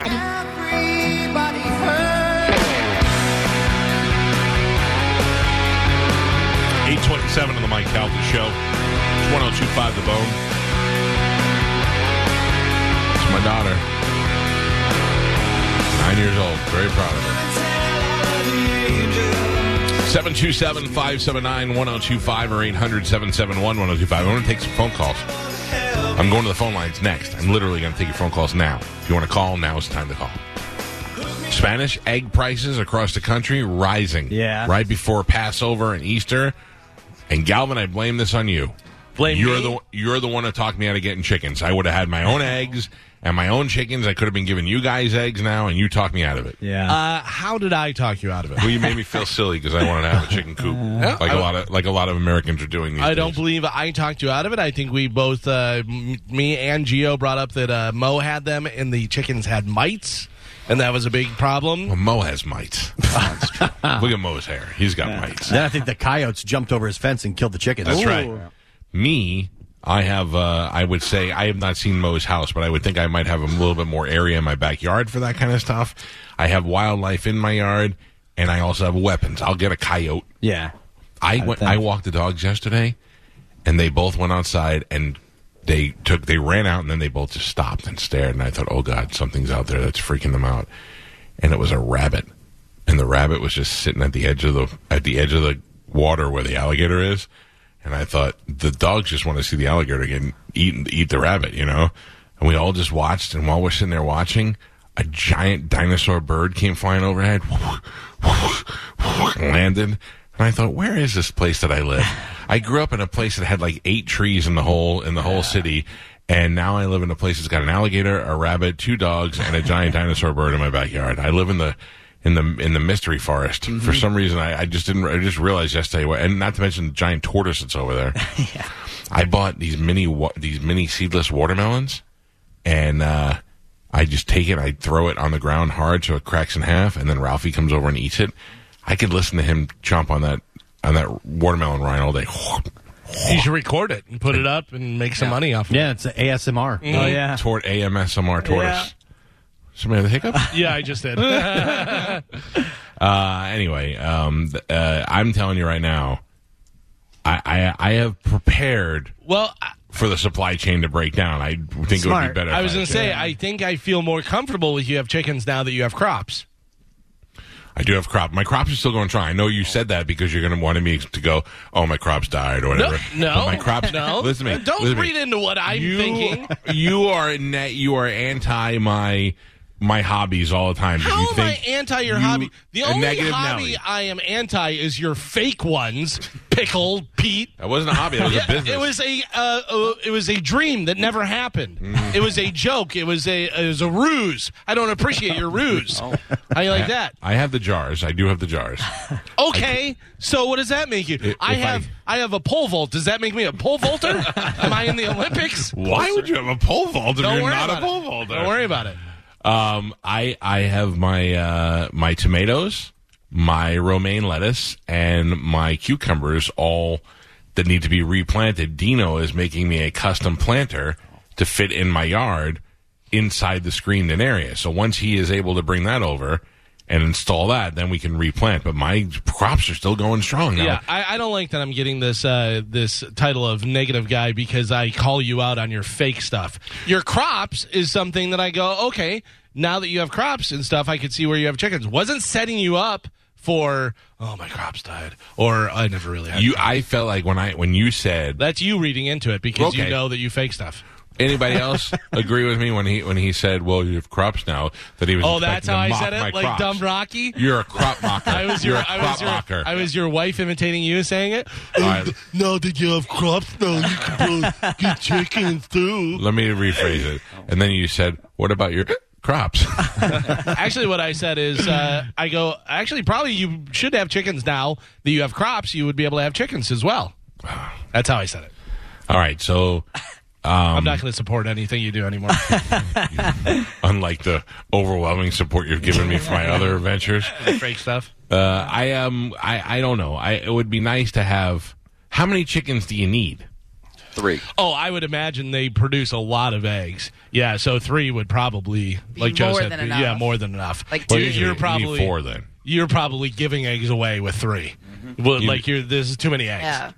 Everybody hurts. 827 on the Mike Calvin Show. It's 1025 The Bone. It's my daughter. Nine years old. Very proud of her. 727 579 1025 or 800 771 1025. I want to take some phone calls. I'm going to the phone lines next. I'm literally going to take your phone calls now. If you want to call, now is the time to call. Spanish egg prices across the country rising. Yeah. Right before Passover and Easter. And Galvin, I blame this on you. Blame you're me? the you're the one that talked me out of getting chickens. I would have had my own eggs and my own chickens. I could have been giving you guys eggs now, and you talked me out of it. Yeah. Uh, how did I talk you out of it? Well, you made me feel silly because I wanted to have a chicken coop, like a lot of like a lot of Americans are doing. These I don't days. believe I talked you out of it. I think we both, uh, m- me and Gio, brought up that uh, Mo had them and the chickens had mites, and that was a big problem. Well, Mo has mites. That's true. Look at Mo's hair; he's got mites. Then I think the coyotes jumped over his fence and killed the chickens. That's right. Me, I have. Uh, I would say I have not seen Mo's house, but I would think I might have a little bit more area in my backyard for that kind of stuff. I have wildlife in my yard, and I also have weapons. I'll get a coyote. Yeah. I went, I walked the dogs yesterday, and they both went outside and they took they ran out and then they both just stopped and stared and I thought, oh god, something's out there that's freaking them out, and it was a rabbit, and the rabbit was just sitting at the edge of the at the edge of the water where the alligator is, and I thought the dogs just want to see the alligator get eat eat the rabbit, you know, and we all just watched and while we're sitting there watching. A giant dinosaur bird came flying overhead, landed, and I thought, where is this place that I live? I grew up in a place that had like eight trees in the whole in the whole city, and now I live in a place that's got an alligator, a rabbit, two dogs, and a giant dinosaur bird in my backyard. I live in the in the in the mystery forest. For some reason, I, I just didn't. I just realized yesterday, what- and not to mention the giant tortoise that's over there. I bought these mini wa- these mini seedless watermelons, and uh, I just take it, I throw it on the ground hard so it cracks in half, and then Ralphie comes over and eats it. I could listen to him chomp on that on that watermelon rind all day. You should record it and put it up and make some money off. of it. Yeah, it's a ASMR. Oh, yeah. Toward AMSMR tortoise. Somebody have a hiccup? Yeah, I just did. I Uh, anyway, um, th- uh, I'm telling you right now, I, I I have prepared Well, I- for the supply chain to break down. I think it would Smart. be better. I if was going to say, I think I feel more comfortable with you have chickens now that you have crops. I do have crop. My crops are still going strong. I know you said that because you're going to want me to go, oh, my crops died or whatever. No, But no, my crops. no. Listen to me. Don't listen to me. read into what I'm you, thinking. You are net. You are anti my my hobbies all the time. 'cause How you am I think anti your you- hobby? The a only negative hobby Nelly. I am anti is your fake ones, pickle Pete. That wasn't a hobby. That was a business. It was a uh, uh, it was a dream that never happened. Mm. It was a joke. It was a it was a ruse. I don't appreciate your ruse. I like that. Oh. I have the jars. I do have the jars. Okay, so what does that make you? If I I- have I have a pole vault. Does that make me a pole vaulter? Am I in the Olympics? Why would you have a pole vault if Don't you're worry not a about pole it. vaulter? Don't worry about it. Um, I I have my uh, my tomatoes, my romaine lettuce, and my cucumbers all that need to be replanted. Dino is making me a custom planter to fit in my yard inside the screened-in area. So once he is able to bring that over and install that, then we can replant. But my crops are still going strong now. Yeah, I, I don't like that I'm getting this uh, this title of negative guy because I call you out on your fake stuff. Your crops is something that I go, okay, now that you have crops and stuff, I could see where you have chickens. Wasn't setting you up for oh my crops died or I never really had. You, I felt like when I when you said That's you reading into it because you Okay. know that you fake stuff. Anybody else agree with me when he when he said, "Well, you have crops now"? That he was. Oh, that's expecting to how I mock said it, my like crops. dumb Rocky. You're a crop mocker. I was your, You're a I was crop your, mocker. I was your wife imitating you saying it. All right, Now that you have crops, now you can grow- get chickens too. Oh. let me rephrase it. And then you said, "What about your crops. Actually, what I said is, uh, I go, actually, probably you should have chickens now that you have crops. You would be able to have chickens as well. That's how I said it. All right, so um, I'm not going to support anything you do anymore. unlike the overwhelming support you've given me for my other ventures, Fake stuff. uh, I um I I don't know. I it would be nice to have. How many chickens do you need? Three. Oh, I would imagine they produce a lot of eggs. Yeah, so three would probably, like Joe more said, than be- enough. yeah, more than enough. Like Well, two. you're, Usually you you're need probably four then. You're probably giving eggs away with 3 Well, like you're, this is too many eggs. Yeah.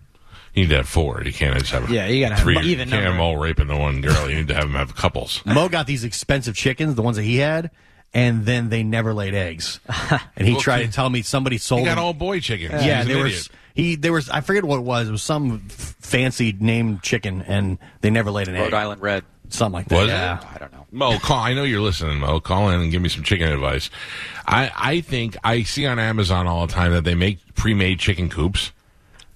You need to have four. You can't just have Yeah, you gotta have three. even you can't have number. them all raping the one girl. You need to have them have couples. Mo got these expensive chickens, the ones that he had, and then they never laid eggs. And he tried to tell me somebody sold You got them. all boy chickens. yeah, He's an there idiot. was he there was I forget what it was. It was some f- fancy named chicken, and they never laid an egg. Rhode Island Red. Something like that. Was yeah. it? I don't know. Mo, call. I know you're listening, Mo. Call in and give me some chicken advice. I, I think I see on Amazon all the time that they make pre-made chicken coops,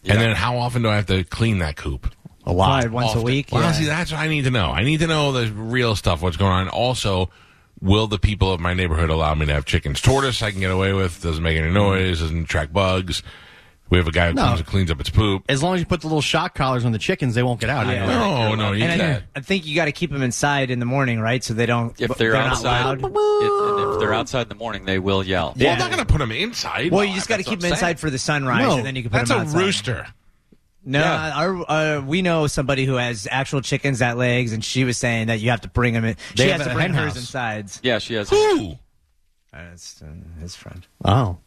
and then how often do I have to clean that coop? A lot. Probably once a Often. week. Well, yeah. see, that's what I need to know. I need to know the real stuff. What's going on? Also, will the people of my neighborhood allow me to have chickens? Tortoise, I can get away with. Doesn't make any noise. Doesn't attract bugs. We have a guy who No. comes and cleans up its poop. As long as you put the little shock collars on the chickens, they won't get out. Yeah. no, no, you and I, can't. I think you got to keep them inside in the morning, right? So they don't. If they're, not outside, loud. if, and if they're outside in the morning, they will yell. Well, I'm not going to put them inside. Well, you just got to keep what them I'm inside for the sunrise, and then you can put That's them a outside. rooster. No, Yeah. our, uh, we know somebody who has actual chickens that legs, and she was saying that you have to bring them in. She have has to a bring hen hers house. inside. Yeah, she has. Ooh. Uh, it's, uh, his friend. Oh.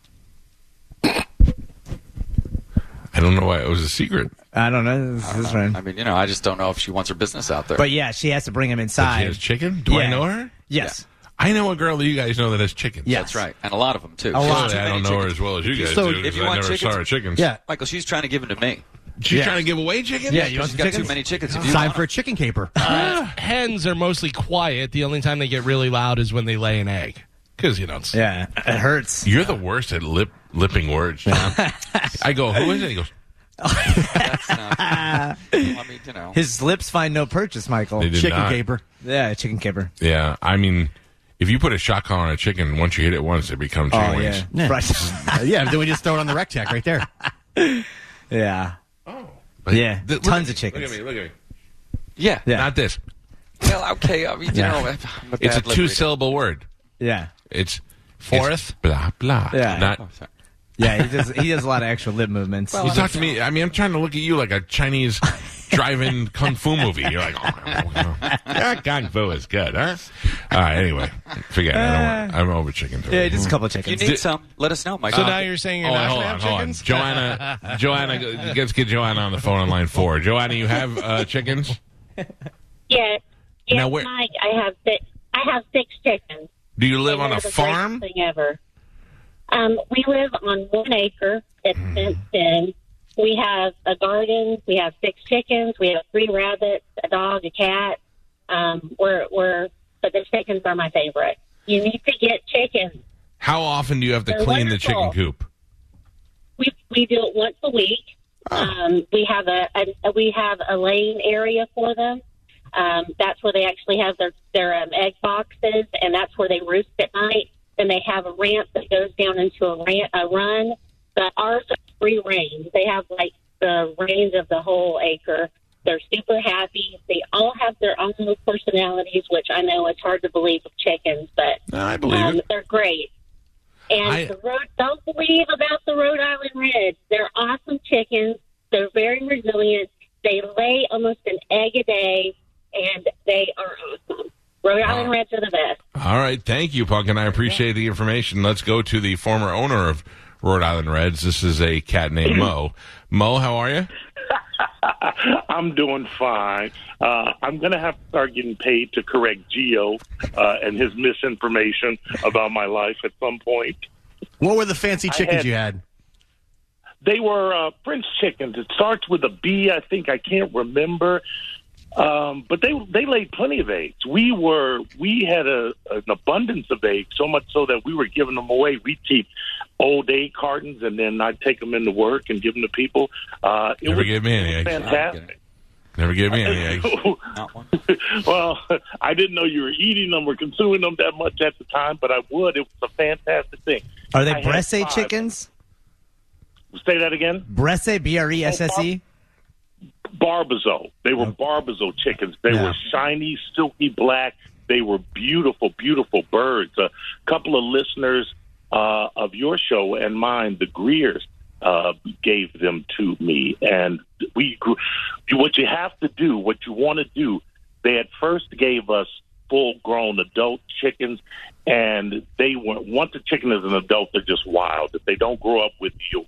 I don't know why it was a secret. I don't know. It's his friend. I mean, you know, I just don't know if she wants her business out there. But yeah, she has to bring him She inside. has chicken. Do I Yeah. know her? Yes. I know a girl that you guys know that has chickens. Yeah. that's right, and a lot of them too. A lot. Surely I don't know her as well as you guys So, do. if you because I want never chickens- saw her chickens. Yeah. Michael, she's trying to give them to me. she's Yeah. trying to give away chickens. Yeah, you want some She's got too chickens? many chickens. If you Time want for a chicken caper. Uh, Hens are mostly quiet. The only time they get really loud is when they lay an egg. Because, you know, it's- Yeah. It hurts. You're the worst at lip lipping words. John. I go, who is it? He goes, them, I mean, you know, His lips find no purchase, Michael. They do chicken not. caper. Yeah, chicken kipper. yeah. I mean, if you put a shot collar on a chicken, once you hit it once, it becomes chicken Oh, wings. yeah. Right. Uh, yeah, then we just throw it on the rectac right there. yeah. But- Yeah, Oh. Th- look tons at me, of chickens. Look at me. Look at me. yeah. Yeah. Not this. Well, okay. I mean, you Yeah. know, I'm a It's a bad lip two reader. syllable word. Yeah. It's Fourth? it's blah blah. Yeah. Not. Oh, sorry. Yeah, he does he does a lot of extra lip movements. You talk to me. I mean, I'm trying to look at you like a Chinese drive-in kung fu movie. You're like, oh, oh, oh. Yeah, kung fu is good, huh? All right. Anyway, forget. it. I don't want, I'm over chicken. throw. yeah, just a couple If you chickens. need some, let us know, Michael. So now you're saying you're Oh, not hold going to on, have hold on. chickens? Joanna, Joanna, let's get Joanna on the phone on line four. Joanna, you have uh, chickens? Yes. Yes, Now, where- Mike, I have six. I have six chickens. Do you live on They're a the greatest farm? Thing ever. Um, we live on one acre that's Hmm. fenced in. We have a garden. We have six chickens. We have three rabbits, a dog, a cat. Um, we're we're but the chickens are my favorite. You need to get chickens. How often do you have to They're clean the chicken wonderful. coop? We we do it once a week. Um, we have a, a we have a lane area for them. Um, that's where they actually have their their um, egg boxes, and that's where they roost at night. Then they have a ramp that goes down into a ran a run. But ours are free range. They have like the range of the whole acre. They're super happy. They all have their own little personalities, which I know it's hard to believe with chickens, but I believe um, it. they're great. And I- the road, don't believe about the Rhode Island Reds. They're awesome chickens. They're very resilient. They lay almost an egg a day, and they are awesome. Rhode Island Reds are the best. All right. Thank you, Pumpkin. I appreciate the information. Let's go to the former owner of Rhode Island Reds. This is a cat named Mo. Mo, how are you? I'm doing fine. Uh, I'm going to have to start getting paid to correct Geo uh, and his misinformation about my life at some point. What were the fancy chickens had- you had? They were uh, Prince chickens. It starts with a B, I think. I can't remember. Um, but they they laid plenty of eggs. We were we had a, an abundance of eggs, so much so that we were giving them away. We keep old egg cartons, and then I'd take them into work and give them to people. Uh, it Never was gave me any eggs. fantastic. Never gave Uh, me any eggs. Not one. well, I didn't know you were eating them or consuming them that much at the time, but I would. It was a fantastic thing. Are I they had Bresse five. chickens? Say that again. Bresse, B R E S S E. Barbazo. They were Barbazo chickens. They Yeah. were shiny, silky black. They were beautiful, beautiful birds. A couple of listeners uh, of your show and mine, the Greers, uh, gave them to me, and we. grew- What you have to do, what you want to do, they at first gave us full-grown adult chickens, and they were once a chicken is an adult, they're just wild. If they don't grow up with you,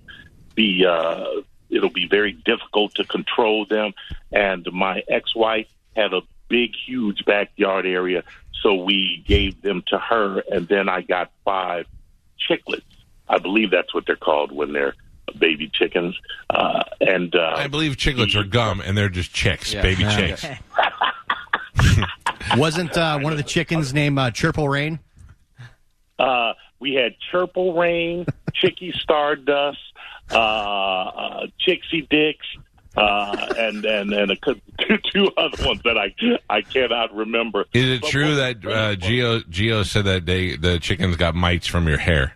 be uh, it'll be very difficult to control them. And my ex-wife had a big, huge backyard area, so we gave them to her, and then I got five chicklets. I believe that's what they're called when they're baby chickens. Uh, and uh, I believe chicklets are gum, and they're just chicks, Yeah. baby Yeah. chicks. Wasn't uh, one of the chickens named uh, Chirple Rain? Uh, we had Chirple Rain, Chicky Stardust, uh, uh, Chixie Dicks, uh, and and and a, cou- two other ones that I I cannot remember. Is it But true what- that uh, Geo Geo said that they the chickens got mites from your hair?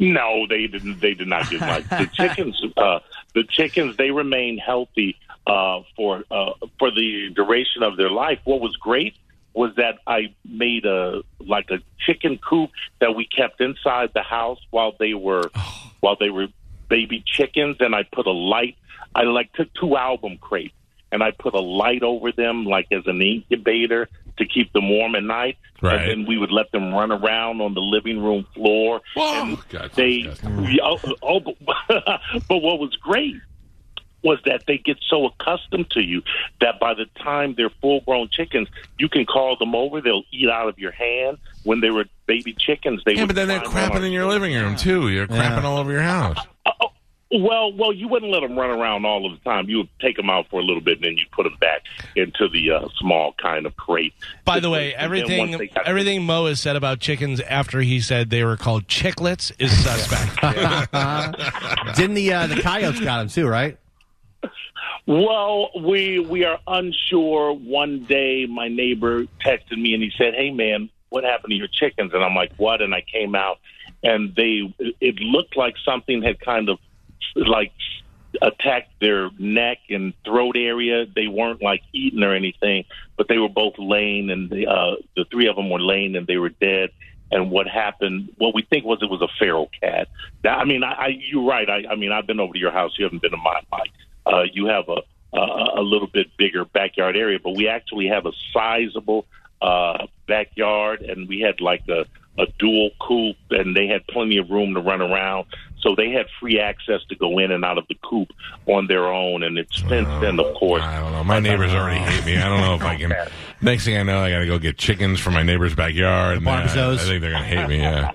No, they didn't. They did not give much. The chickens, uh, the chickens, they remain healthy uh, for uh, for the duration of their life. What was great was that I made a like a chicken coop that we kept inside the house while they were while they were baby chickens, and I put a light. I like took two album crates and I put a light over them, like as an incubator to keep them warm at night. Right. And then we would let them run around on the living room floor Whoa! God, they that's disgusting. yeah, oh, oh, but, but what was great was that they get so accustomed to you that by the time they're full grown chickens you can call them over they'll eat out of your hand when they were baby chickens they yeah, would but then they're climb on- crapping in your living room too. You're crapping all over your house. well well you wouldn't let them run around all of the time you would take them out for a little bit and then you put them back into the uh, small kind of crate By the way, And then once they everything got- everything Mo has said about chickens after he said they were called chicklets is suspect. Uh, Didn't the uh, the coyotes got him too? Right? Well, we we are unsure. One day, my neighbor texted me and he said, "Hey, man, what happened to your chickens?" And I'm like, "What?" And I came out, and they it looked like something had kind of like attacked their neck and throat area. They weren't like eaten or anything, but they were both laying, and the uh, the three of them were laying, and they were dead. And what happened? What we think was it was a feral cat. That, I mean, I, I you're right. I, I mean, I've been over to your house. You haven't been to mine, Mike. Uh, you have a a a little bit bigger backyard area, but we actually have a sizable uh, backyard, and we had like a, a dual coop, and they had plenty of room to run around. So they had free access to go in and out of the coop on their own, and it's since then, of course. I don't know. My neighbors already hate me. I don't know if I can. Next thing I know, I got to go get chickens from my neighbor's backyard. and, uh, I Barbazos. think they're going to hate me. Yeah.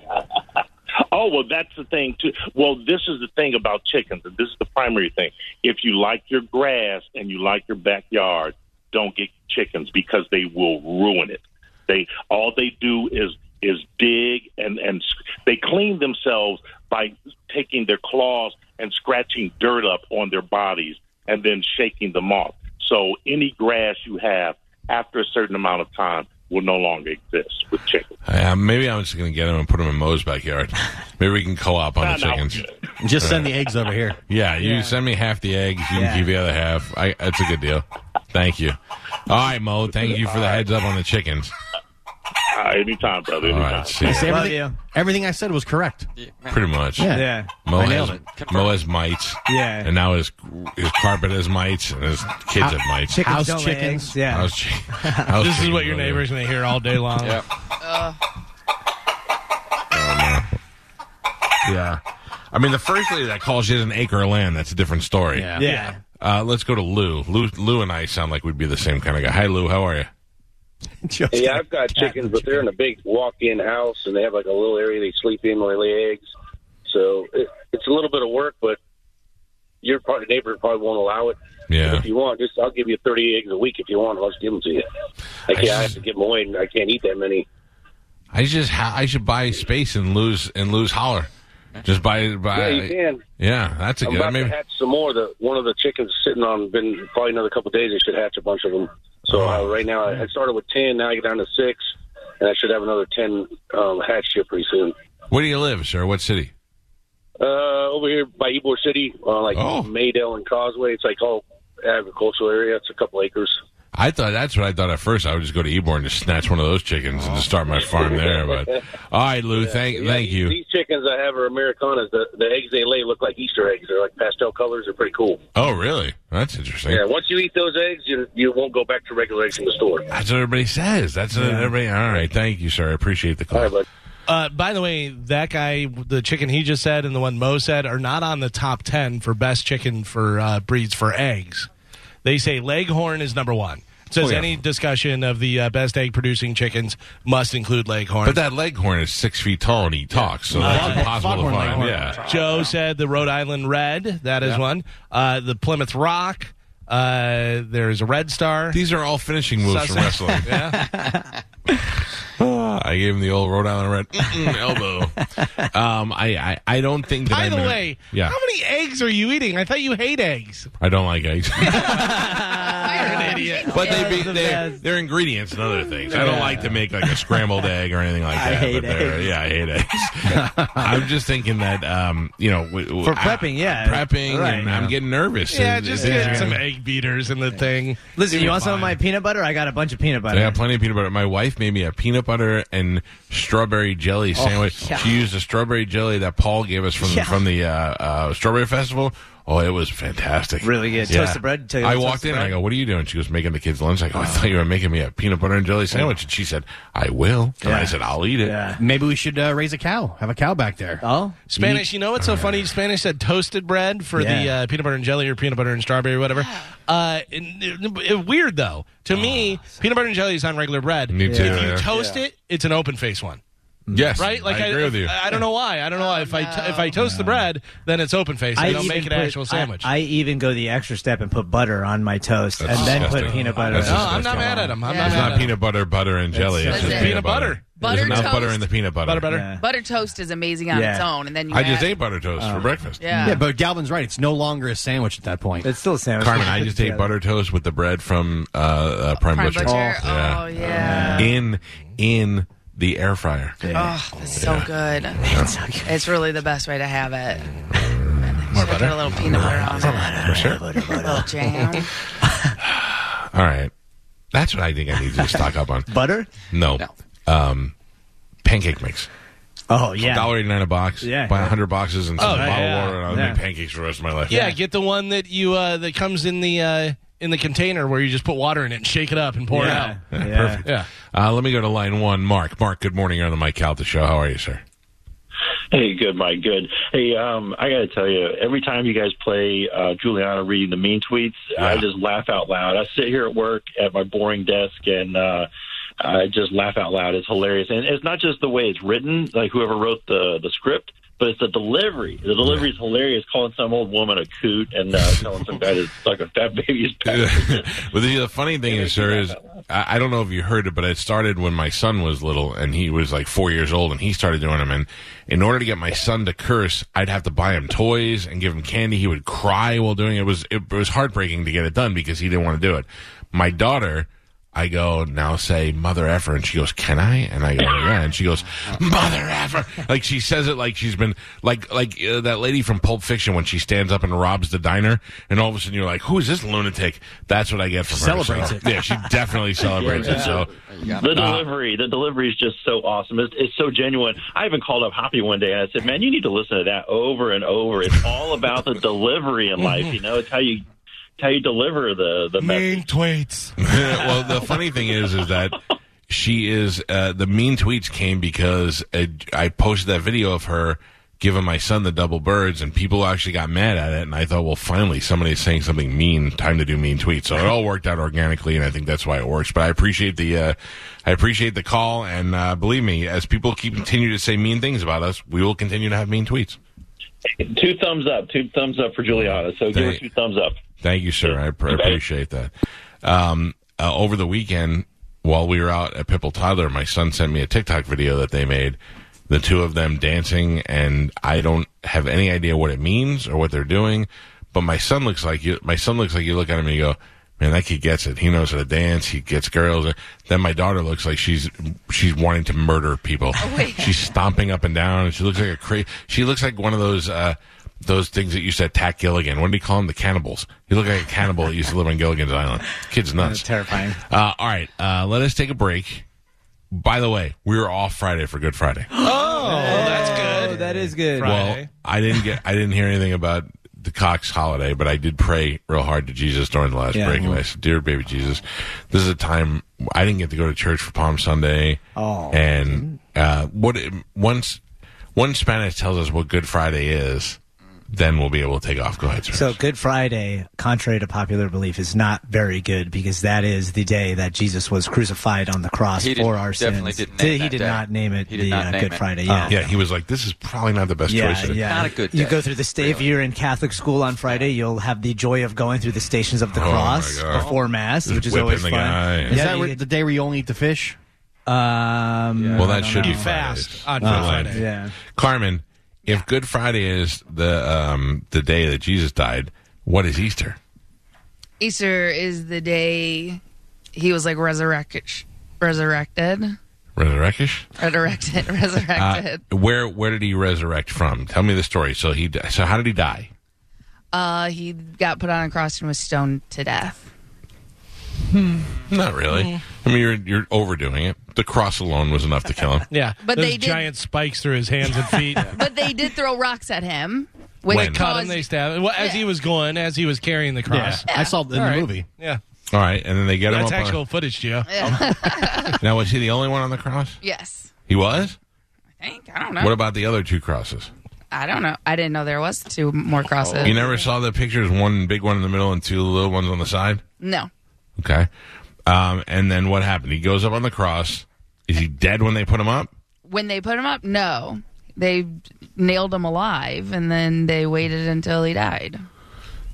Oh well, that's the thing too. Well, this is the thing about chickens, and this is the primary thing. If you like your grass and you like your backyard, don't get chickens because they will ruin it. They all they do is is dig and and sc- they clean themselves by taking their claws and scratching dirt up on their bodies and then shaking them off. So any grass you have after a certain amount of time will no longer exist with chickens. Uh, maybe I'm just going to get them and put them in Moe's backyard. Maybe we can co-op on the Nah, nah, chickens. Just send the eggs over here. Yeah, you send me half the eggs. You Yeah. can keep the other half. I, that's a good deal. Thank you. All right, Mo. Thank you for the heads up on the chickens. Uh, anytime, brother. All Anytime. right, see I ya. say Love everything, you. everything I said was correct. Yeah, man. Pretty much. Yeah. Yeah. Mo I has, nailed it. Mo has mites. Yeah. And now his his carpet has mites and his kids have mites. Chickens House don't lay chickens. eggs. Yeah. I was chi- I was this is chicken what your earlier. neighbor's going to hear all day long. Yeah. Yeah. I mean, the first lady that calls, she has an acre of land. That's a different story. Yeah. yeah. Uh, let's go to Lou. Lou. Lou and I sound like we'd be the same kind of guy. Hi, Lou. How are you? Just- Hey, I've got chickens, but they're in a big walk-in house, and they have like a little area they sleep in where they lay eggs. So it, it's a little bit of work, but your part, neighbor probably won't allow it. Yeah. If you want, just I'll give you thirty eggs a week if you want. I'll just give them to you. I can't. I have to give them away, and I can't eat that many. I just ha- I should buy space and lose and lose holler. Just buy buy. Yeah, you can. Yeah, that's a I'm good. about maybe- to hatch some more. The one of the chickens is sitting on been probably another couple of days. I should hatch a bunch of them. So Oh. uh, right now I, I started with ten. Now I get down to six, and I should have another ten um, hatched here pretty soon. Where do you live, sir? What city? Uh, over here by Ybor City, uh, like Maydale and Causeway. It's like all agricultural area. It's a couple acres. I thought that's what I thought at first. I would just go to Ebor and just snatch one of those chickens and just start my farm there. But all right, Lou, thank Yeah, thank these- you. These chickens I have are Americanas. The, the eggs they lay look like Easter eggs. They're like pastel colors. They're pretty cool. Oh, really? That's interesting. Yeah, once you eat those eggs, you you won't go back to regular eggs in the store. That's what everybody says. That's what everybody. All right, thank you, sir. I appreciate the call. Uh, by the way, that guy, the chicken he just said, and the one Mo said, are not on the top ten for best chicken for uh, breeds for eggs. They say Leghorn is number one. It says Oh, yeah. any discussion of the uh, best egg producing chickens must include Leghorn. Uh, But that leghorn is six feet tall and he talks, so that's impossible to find. Yeah. Joe said the Rhode Island Red. That is Yeah. one. Uh, the Plymouth Rock. Uh, there's a Red Star. These are all finishing moves from Sussex. wrestling. yeah. Ah, I gave him the old Rhode Island red mm-mm, elbow. Um, I, I, I don't think that. By I'm the in a- way, yeah, how many eggs are you eating? I thought you hate eggs. I don't like eggs, You're an idiot. but they be they're, they're ingredients and other things. I don't like to make like a scrambled egg or anything like I that. hate but they're- eggs. Yeah, I hate eggs. I'm just thinking that um, you know, w- w- For I- prepping, yeah. prepping, Right, and yeah. I'm getting nervous. Yeah, And just things are get some gonna- egg beaters in the thing. Listen, You'll you be want some of my fine. peanut butter? I got a bunch of peanut I butter. got plenty of peanut butter. My wife made me a peanut butter and strawberry jelly sandwich. Oh, yeah. She used a strawberry jelly that Paul gave us from Yeah. from the uh, uh, strawberry festival. Oh, it was fantastic. Really good. Toasted bread? Tell you I what, walked toasted in and I bread? go, "What are you doing?" She goes, "Making the kids lunch." I go, "I thought you were making me a peanut butter and jelly sandwich," and she said, "I will." And I Yeah. said, "I'll eat it." Yeah. Maybe we should uh, raise a cow. Have a cow back there. Oh, Spanish, you know what's so funny? Spanish said toasted bread for the Yeah. uh, peanut butter and jelly or peanut butter and strawberry or whatever. Uh, and- and- weird though. To me, peanut butter and jelly is on regular bread. Me too. If you yeah. toast it, it's an open face one, yes, right? Like I, agree with you. I, I don't know why. I don't know why. if I t- if I toast the bread, then it's open face. I, don't even make an put- actual sandwich. I, I even go the extra step and put butter on my toast That's and then disgusting. put peanut butter. That's no, on just- it. I'm not mad at him. I'm it's not mad not at him. peanut butter, butter and jelly. It's, That's just it. peanut Peanut butter. butter. There's Butter enough butter toast. in the peanut butter. Butter, butter. Yeah. Butter toast is amazing on Yeah. its own, and then you I add, just ate butter toast for breakfast. Oh. Yeah. Yeah, but Galvin's right. It's no longer a sandwich at that point. It's still a sandwich. Carmen, I just ate butter toast with the bread from uh, uh, Prime, Prime Butcher. Butcher. Oh, yeah. In in the air fryer. Oh, that's so good. It's really the best way to have it. More Should I put a little peanut butter on it. For sure. A little jam. All right. That's what I think I need to stock up on. butter. No. No. Um, pancake mix. Oh yeah. Dollar eighty nine a box. Yeah. Buy a hundred boxes and some Oh, bottled yeah. water, and I'll Yeah. make pancakes for the rest of my life. yeah, get the one that you uh, that comes in the uh, in the container where you just put water in it and shake it up and pour it out. Yeah. Yeah, Yeah. Perfect. Yeah. Uh, let me go to line one. Mark. Mark, good morning. You're on the Mike Calta show. How are you, sir? Hey, good, Mike. Good. Hey, um, I got to tell you, every time you guys play uh, Juliana reading the mean tweets, I Yeah. just laugh out loud. I sit here at work at my boring desk and uh, I just laugh out loud. It's hilarious, and it's not just the way it's written, like whoever wrote the the script. But it's the delivery. The delivery is hilarious. Calling some old woman a coot and uh, telling some guy to suck a fat baby's well, the, the funny thing is, sir, is I, I don't know if you heard it, but it started when my son was little, and he was like four years old, and he started doing them. And in order to get my son to curse, I'd have to buy him toys and give him candy. He would cry while doing it. It was it was heartbreaking to get it done because he didn't want to do it. My daughter. I go now say mother effer and she goes can I and I go yeah and she goes mother effer like she says it like she's been like like uh, that lady from Pulp Fiction when she stands up and robs the diner and all of a sudden you're like who is this lunatic that's what I get from Celebrates her. So, yeah she definitely celebrates it so uh, The delivery, the delivery is just so awesome. It's, it's so genuine. I even called up Hoppy one day and I said, "Man, you need to listen to that over and over. It's all about the delivery in life. You know, it's how you it's how you deliver the the message." tweets. well the funny thing is is that she is uh, the mean tweets came because uh, I posted that video of her giving my son the double birds and people actually got mad at it and I thought well finally somebody's saying something mean time to do mean tweets so it all worked out organically and I think that's why it works but I appreciate the uh, I appreciate the call and uh, believe me as people keep continue to say mean things about us we will continue to have mean tweets Two thumbs up, two thumbs up for Juliana. So give her Thank- two thumbs up. Thank you, sir. I pr- appreciate that. Um, uh, over the weekend, while we were out at Pipple Toddler, my son sent me a TikTok video that they made, the two of them dancing, and I don't have any idea what it means or what they're doing. But my son looks like you. My son looks like you. Look at him and you go, "Man, that kid gets it. He knows how to dance. He gets girls." Then my daughter looks like she's she's wanting to murder people. she's stomping up and down, and she looks like a crazy. She looks like one of those. Uh, those things that used to attack Gilligan. What did he call them? The cannibals. He looked like a cannibal that used to live on Gilligan's Island. Kid's nuts. terrifying. Uh, all right, uh, let us take a break. By the way, we were off Friday for Good Friday. Oh, that is good. Well, I didn't get, I didn't hear anything about the Cox holiday, but I did pray real hard to Jesus during the last Yeah. Mm-hmm. break, and I said, "Dear baby Jesus, this is a time I didn't get to go to church for Palm Sunday." Oh. mm-hmm. and uh, what once once Spanish tells us what Good Friday is, then we'll be able to take off. Go ahead, sir. So Good Friday, contrary to popular belief, is not very good because that is the day that Jesus was crucified on the cross He did- for our definitely sins. didn't name he that did day. not name it He did the not uh, name Good it. Oh, Friday. Yeah. yeah, he was like, "This is probably not the best Yeah, choice." yeah. You go through the sta- if you're in Catholic school on Friday, you'll have the joy of going through the stations of the Oh, my cross God. before mass, Just which is whipping always the fun. guy. Is that where, the day where you only eat the fish? Um, well, that I don't should know. be Fridays. Uh, fast on For Oh. Good Lent. Friday. Yeah. Carmen, if Good Friday is the um, the day that Jesus died, what is Easter? Easter is the day he was like resurrected. Resurrected. Resurrection. Resurrected. Resurrected. Uh, where where did he resurrect from? Tell me the story. So he di- so how did he die? Uh, he got put on a cross and was stoned to death. Not really. I mean, you're you're overdoing it. The cross alone was enough to kill him. Yeah, But those they did- giant spikes through his hands and feet. But they did throw rocks at him. When which they caught him, caused- they stabbed him. Well, as he was going, as he was carrying the cross. I saw it All in the right. movie. Yeah. All right, and then they get That's him up. actual On, footage, Gio. now was he the only one on the cross? Yes. He was. I think. I don't know. What about the other two crosses? I don't know. I didn't know there was two more crosses. You never saw the pictures? One big one in the middle and two little ones on the side. No. Okay. Um, and then what happened? He goes up on the cross. Is he dead when they put him up? When they put him up, no. They nailed him alive and then they waited until he died.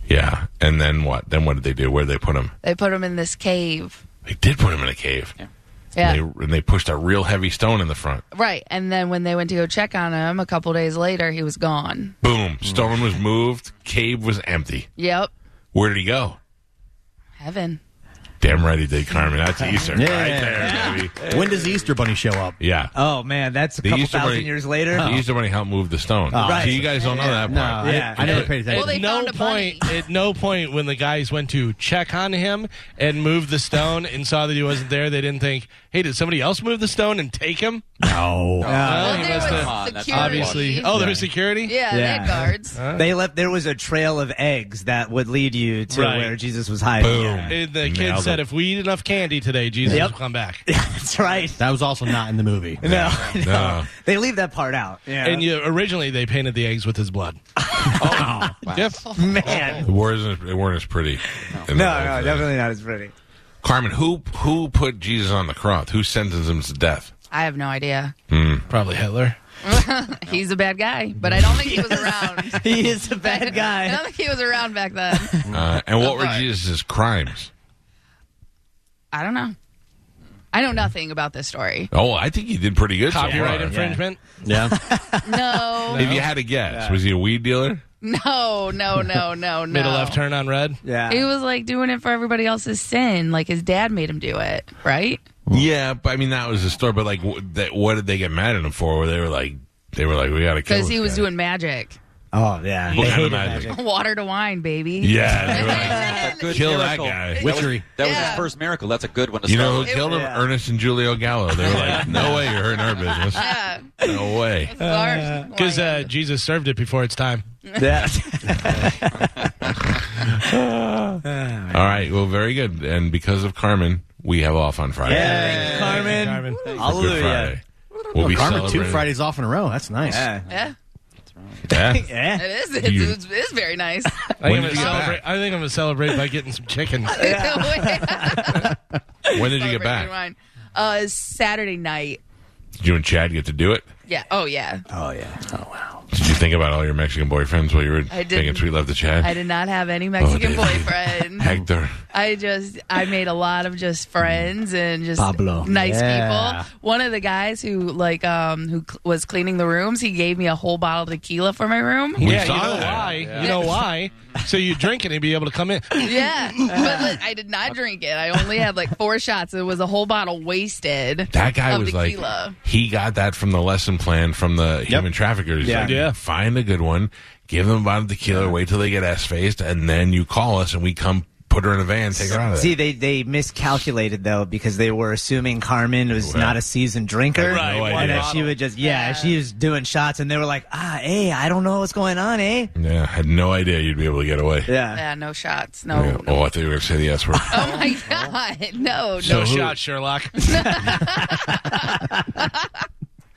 Yeah. And then what? Then what did they do? Where did they put him? They put him in this cave. They did put him in a cave. Yeah. And they, and they pushed a real heavy stone in the front. Right. And then when they went to go check on him a couple days later, he was gone. Boom. Stone was moved. Cave was empty. Yep. Where did he go? Heaven. Damn right he did, Carmen. That's Easter. Yeah. Right there, baby. When does the Easter Bunny show up? Yeah. Oh man, that's a The couple Easter thousand Bunny- years later. The Easter Bunny helped move the stone. Oh, right. So you guys don't know that part. No, Yeah. I, I never paid At attention. they no found a bunny. point, at no point, when the guys went to check on him and move the stone and saw that he wasn't there, they didn't think, "Hey, did somebody else move the stone and take him?" Oh. Oh. Oh. No. Well, he there must was have- security. obviously. Oh, there was security. Yeah, they Yeah. had guards. They left. There was a trail of eggs that would lead you to Right. where Jesus was hiding. Boom. Yeah. And the kid Nailed said, it. "If we eat enough candy today, Jesus Yep. will come back." That's right. That was also not in the movie. No, no, No. they leave that part out. Yeah. And you, originally, they painted the eggs with his blood. oh, yep. man, It wasn't, they weren't as pretty. No, no, no, definitely not as pretty. Carmen, who who put Jesus on the cross? Who sentenced him to death? Hmm. I have no idea. probably Hitler. He's a bad guy, but I don't think he was around. He is a bad I guy. don't think he was around back then. Uh, and what were Okay. Jesus' crimes? I don't know. I know nothing about this story. Oh, I think he did pretty good. so Copyright far. infringement. Yeah. No, If you had a guess, was he a weed dealer? no, no, no, no, no. Made a left turn on red. Yeah. He was like doing it for everybody else's sin. Like his dad made him do it, right? Yeah, but I mean that was the story. But like, wh- that, what did they get mad at him for? Where they were like, they were like, we gotta kill. Because he this was guy. doing magic. oh yeah. What kind They of hated magic? Water to wine, baby. Yeah, they were like, That's a good kill miracle. that guy. Witchery. That was Yeah. his first miracle. That's a good one to You start know with. who killed him? yeah. Ernest and Julio Gallo. They were like, no way, you're hurting our business. Yeah. No way. Because uh, Jesus served it before its time. That. All right, well, very good. And because of Carmen, we have off on Friday. yeah, Carmen. Carmen. Good Hallelujah. Friday. We'll be Carmen, two celebrating. Fridays off in a row. That's nice. Yeah. yeah, Yeah. Yeah. it is. You- It's, it's, it's very nice. I think, I'm When did gonna you get celebrate, I think I'm going to celebrate by getting some chicken. When did you get Celebrating back? wine. Uh, Saturday night. Did you and Chad get to do it? Yeah. Oh yeah. Oh yeah. Oh wow. Did you think about all your Mexican boyfriends while you were I taking didn't. Sweet Love to Chad? I did not have any Mexican Oh, David. boyfriend. Hector. I just I made a lot of just friends and just Pablo. nice Yeah. people. One of the guys who like um who cl- was cleaning the rooms, he gave me a whole bottle of tequila for my room. yeah, you know why. You know why. So you drink it and be able to come in. Yeah, but like, I did not drink it. I only had like four shots. It was a whole bottle wasted. That guy of was like, tequila. he got that from the lesson plan from the human traffickers. Yeah. Like, Yeah. Find a good one, give them a bottle of tequila, wait till they get ass faced, and then you call us and we come put her in a van, take her out of See, there. they, they miscalculated though because they were assuming Carmen was not a seasoned drinker, Right, no and idea. that she would just yeah, she was doing shots, and they were like, ah, hey, I don't know what's going on, eh? Yeah, had no idea you'd be able to get away. Yeah. Yeah, no shots. No. Yeah. Oh, I thought you were going to say the S word. Oh my god, no, no So who- Shot Sherlock.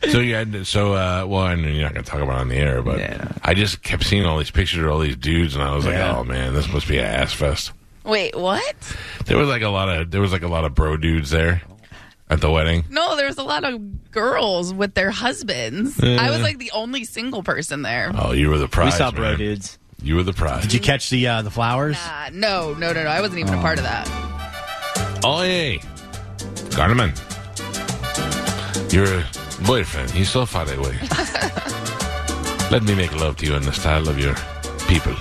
so you had so uh, well, I know you're not going to talk about it on the air, but I just kept seeing all these pictures of all these dudes, and I was like, Yeah. oh man, this must be an ass fest. Wait, what? There was like a lot of there was like a lot of bro dudes there at the wedding. No, there's a lot of girls with their husbands. Yeah. I was like the only single person there. Oh, you were the prize. saw bro dudes. You were the prize. Did you catch the uh, the flowers? Uh, no, no, no, no. I wasn't even a part of that. Oh hey, Garneman, your boyfriend, he's so far away. Let me make love to you in the style of your people,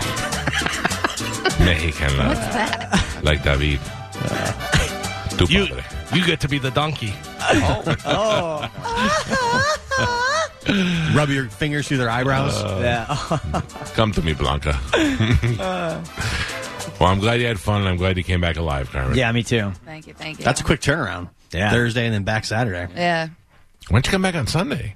Mexican love. like David. Tu You, padre. you get to be the donkey. Oh. Oh. Rub your fingers through their eyebrows. Uh, Come to me, Blanca. Uh, well, I'm glad you had fun, and I'm glad you came back alive, Carmen. yeah, me too. Thank you, thank you. That's a quick turnaround. Yeah. Thursday and then back Saturday. yeah. Why don't you come back on Sunday?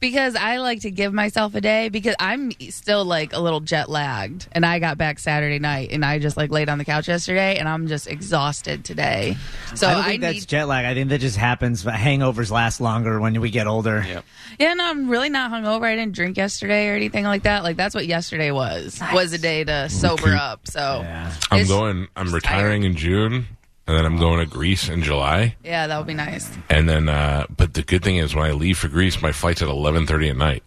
Because I like to give myself a day because I'm still like a little jet lagged, and I got back Saturday night, and I just like laid on the couch yesterday, and I'm just exhausted today. So I I, don't think that's need. jet lag. I think that just happens. But hangovers last longer when we get older. Yeah, no, I'm really not hungover. I didn't drink yesterday or anything like that. Like that's what yesterday was was a day to sober Recoup. up. So yeah, I'm going. I'm retiring in June, and then I'm going to Greece in July. that would be nice. And then, uh, but the good thing is, when I leave for Greece, my flight's at 11:30 at night.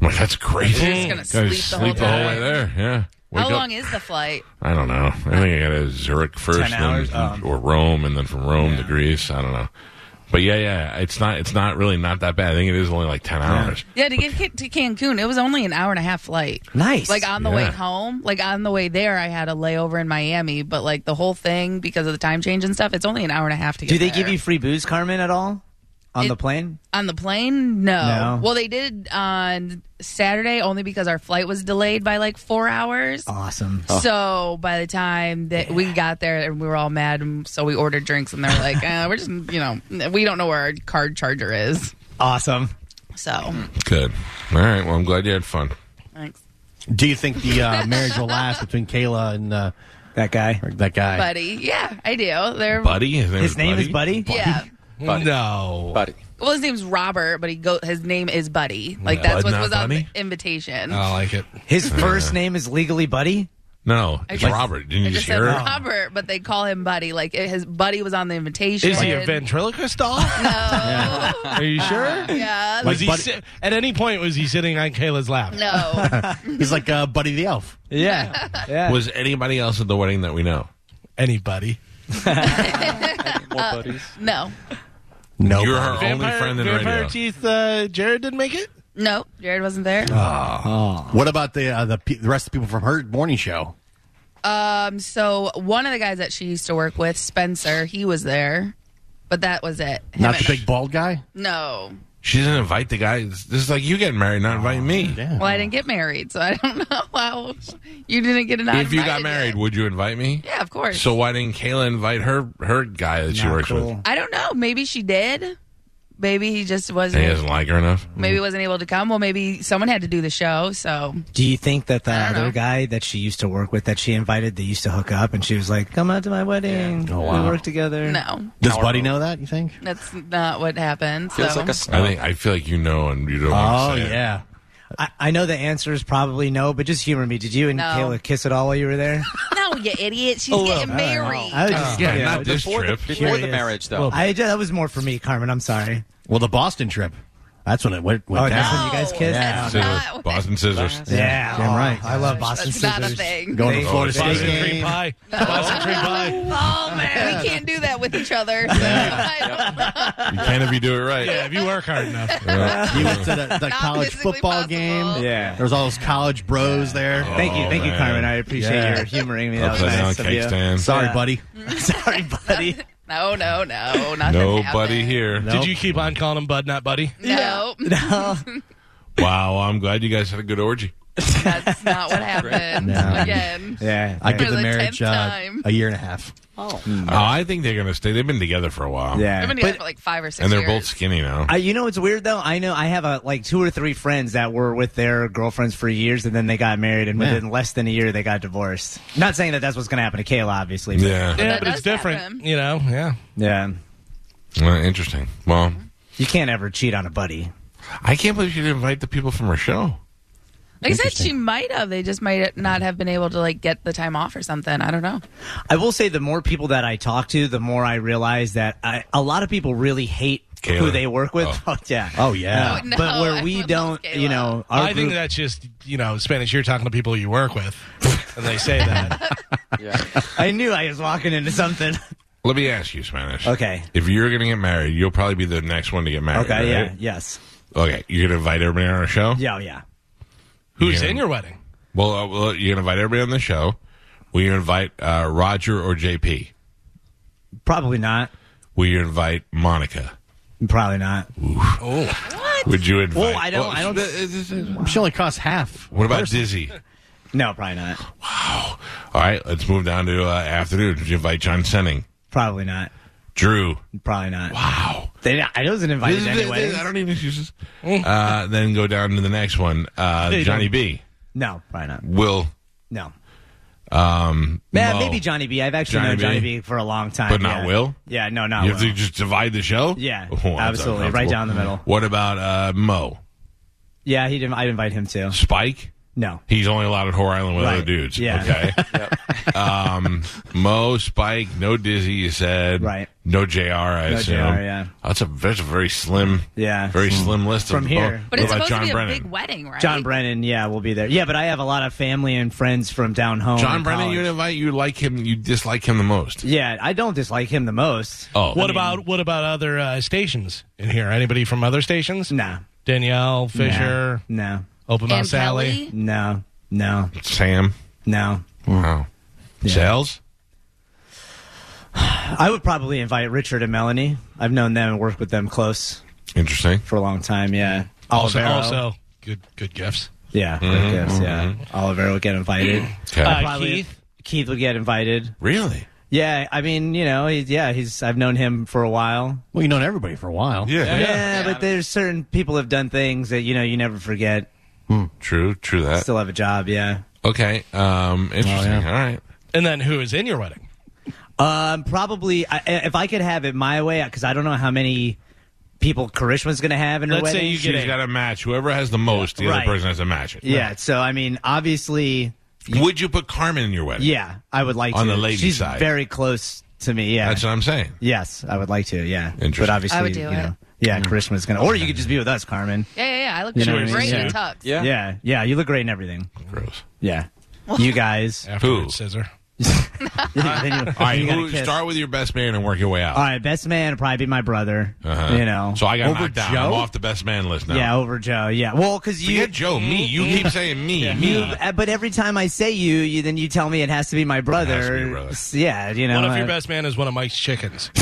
I'm like, that's great. You're just gonna Gotta sleep the whole way time. there. Yeah. Wake How up- long is the flight? I don't know. I think I got to Zurich first, then, hours? Oh. um, or Rome, and then from Rome to Greece. I don't know. But yeah, yeah, it's not. It's not really not that bad. I think it is only like 10 hours. Yeah, to get ki- to Cancun, it was only an hour and a half flight. Nice. Like on the way Yeah. home, like on the way there, I had a layover in Miami, but like the whole thing because of the time change and stuff, it's only an hour and a half to get. Do they there. give you free booze, Carmen, at all on the plane? on the plane? No. No. Well, they did on Saturday only because our flight was delayed by like four hours. Awesome. Oh. So by the time that we got there and we were all mad, and so we ordered drinks and they're like, uh, "We're just, you know, we don't know where our card charger is." Awesome. So Hmm. Good. All right. Well, I'm glad you had fun. thanks, Do you think the uh, marriage will last between Kayla and uh, that guy? That guy. buddy. Yeah, I do. They're Buddy. His name, His is, name Buddy? is Buddy? Yeah. Buddy. No. Buddy. Well, his name's Robert, but he go. His name is Buddy. Like Yeah. that's Bud, what not was on Bunny? Oh, the invitation. like it. His Yeah. first name is legally Buddy. No, I it's just- Robert. Didn't I you just just said hear it? Robert, but they call him Buddy. Like it, his Buddy was on the invitation. Is he a ventriloquist doll? No. Are you sure? Yeah. Was Like he Buddy- si- at any point was he sitting on Kayla's lap? No. He's like uh, Buddy the Elf. Yeah. yeah. Was anybody else at the wedding that we know? Anybody? Uh, no. No. You're her Vampire, only friend in Vampire radio. Teeth. Uh, Jared didn't make it. No. Jared wasn't there. Ah. Ah. Ah. What about the uh, the, pe- the rest of the people from her morning show? Um. So one of the guys that she used to work with, Spencer, he was there, but that was it. Him Not and- the big bald guy? No. She didn't invite the guy. This is like you getting married, not inviting me. Well, I didn't get married, so I don't know how you didn't get an. If you got uninvited yet. married, would you invite me? Yeah, of course. So why didn't Kayla invite her her guy that she works with? I don't know. Maybe she did. Maybe he just And wasn't. he doesn't like her enough. maybe wasn't able to come. Well, maybe someone had to do the show. So Do you think that the other guy that she used to work with that she invited, they used to hook up, and she was like, "Come out to my wedding. Oh, wow. We work together." no, Does Buddy know that, you think? that's not what happened. So I think I feel like you know, and you don't. Oh, want to say it. yeah. I, I know the answer is probably no, but just humor me. Did you and No. Kayla kiss at all while you were there? no, you idiot. She's getting married. Oh, I was just Yeah, you know, not this just trip. curious. I, that was more for me, Carmen. I'm sorry. Well, the Boston trip. That's when it went, went Oh, down. that's when you guys kissed? Yeah. That's not what- Boston scissors. Yeah, damn Oh, right. I love Boston That's Scissors. not a thing. Going to They- Florida Boston State cream game. pie. Oh man, we can't do that with each other. So You can if you do it right. Yeah, if you work hard enough. Yeah. You went to the, the college football game. Yeah. There was all those college bros there. Thank Oh, Oh, you, thank you, Carmen. I appreciate Yeah. your humoring me. That was Upside down nice of cake you. stand. Sorry, Yeah. buddy. Sorry, buddy. no, no, no, nothing. happened. Nobody here. Did you keep on calling him Bud, not Buddy? No, Wow, I'm glad you guys had a good orgy. that's not what happened. No. Again, Yeah, I give For the the marriage tenth uh, time. a year and a half. Mm. Oh, I think they're gonna stay. They've been together for a while. I've yeah. been together for like five or six. and they're years. both skinny now. Uh, you know what's weird though? I know I have a like two or three friends that were with their girlfriends for years, and then they got married, and Yeah. within less than a year they got divorced. Not saying that that's what's going to happen to Kayla, obviously. But yeah. Yeah, that but it's does different. happen. You know, yeah. yeah, Well, interesting. Well, you can't ever cheat on a buddy. I can't believe you didn't invite the people from her show. Like I said, Interesting. she might have. They just might not have been able to like get the time off or something. I don't know. I will say the more people that I talk to, the more I realize that I, a lot of people really hate Kayla. who they work with. Oh. Oh, yeah. Oh, yeah. Uh, Oh, no, but where I we love don't, Kayla. you know, our I think group- that's just, you know, Spanish. You're talking to people you work with, and they say that. I knew I was walking into something. Let me ask you, Spanish. Okay. If you're going to get married, you'll probably be the next one to get married. Okay. Yeah. right? Yes. Okay. You're going to invite everybody on our show? Yeah. oh, Yeah. Who's Yeah. in your wedding? Well, uh, well you're going to invite everybody on the show. Will you invite uh, Roger or JP? Probably not. Will you invite Monica? Probably not. Would you invite? I don't- I don't- don't. She only costs half. What about Dizzy? No, probably not. All right, let's move down to uh, afternoon. Did you invite John Senning? Probably not. Drew. Probably not. Wow. They, I wasn't invited anyway. I don't need excuses. Eh. uh, then go down to the next one. Uh, They Johnny B. No, probably not. Will. No. Um, Yeah, Mo. maybe Johnny B. I've actually Johnny known Johnny B. B. for a long time. But not yeah. Will? Yeah, no, not You Will. have to just divide the show? Yeah, that's absolutely. Right uncomfortable. down the middle. What about uh, Mo? Yeah, he didn't. I'd invite him too. Spike? No. He's only allowed at Whore Island with Right. other dudes. Yeah. Okay. um, Mo, Spike, no Dizzy, you said. Right. No JR, I No assume. JR, yeah. That's a, that's a very slim, Yeah. very slim list. From of, here. Oh, But what it's about supposed John to be Brennan? a big wedding, right? John Brennan, yeah, will be there. Yeah, but I have a lot of family and friends from down home. John in Brennan, college. you invite, you like him, you dislike him the most. Yeah, I don't dislike him the most. Oh, What about what about other uh, stations in here? Anybody from other stations? Nah. Danielle Fisher, No. Open Mouth and Sally. Kelly. No. No. Sam? No. Wow. Sales? I would probably invite Richard and Melanie. I've known them and worked with them close Interesting. for a long time. Yeah. Also, Olivero. also good good gifts. Yeah. I guess, yeah. Oliver would get invited. Mm-hmm, Okay. Uh, Probably- Keith? Keith would get invited. really? Yeah, I mean, you know, he's, yeah, he's. I've known him for a while. Well, you known everybody for a while. Yeah. Yeah, but there's certain people have done things that you know you never forget. Hmm. True, true that. Still have a job. Yeah. Okay. Um, interesting. All right. Oh, And then who is in your wedding? Um, probably I, if I could have it my way, because I don't know how many people Karishma's going to have in her Let's say wedding. you She's get got a to match. Whoever has the most, the Right. other person has to match it. yeah. So I mean, obviously, Would you put Carmen in your wedding? yeah, I would like On to. the lady She's side. very close to me. Yeah. That's what I'm saying. yes, I would like to. Yeah. Interesting. Mm-hmm. But obviously, I would do you it. know, yeah, Karishma's going to, or you could just be with us, Carmen. Yeah, yeah, yeah. I look You know what I mean? great in Yeah. a tux. Yeah. Yeah. Yeah. You look great in everything. Gross. Yeah. You guys. afterward scissor. Then you- All right. you gotta Who, kiss. start with your best man and work your way out. All right, best man would probably be my brother. Uh-huh. You know, So I got over knocked down. Joe. I'm off the best man list now. Yeah, over Joe. Yeah, well, because you, Forget Joe. Me. You keep saying me. Me. you, uh, but every time I say you, you then you tell me it has to be my brother. has to be your brother. S- Yeah, you know. What if your uh, best man is one of Mike's chickens?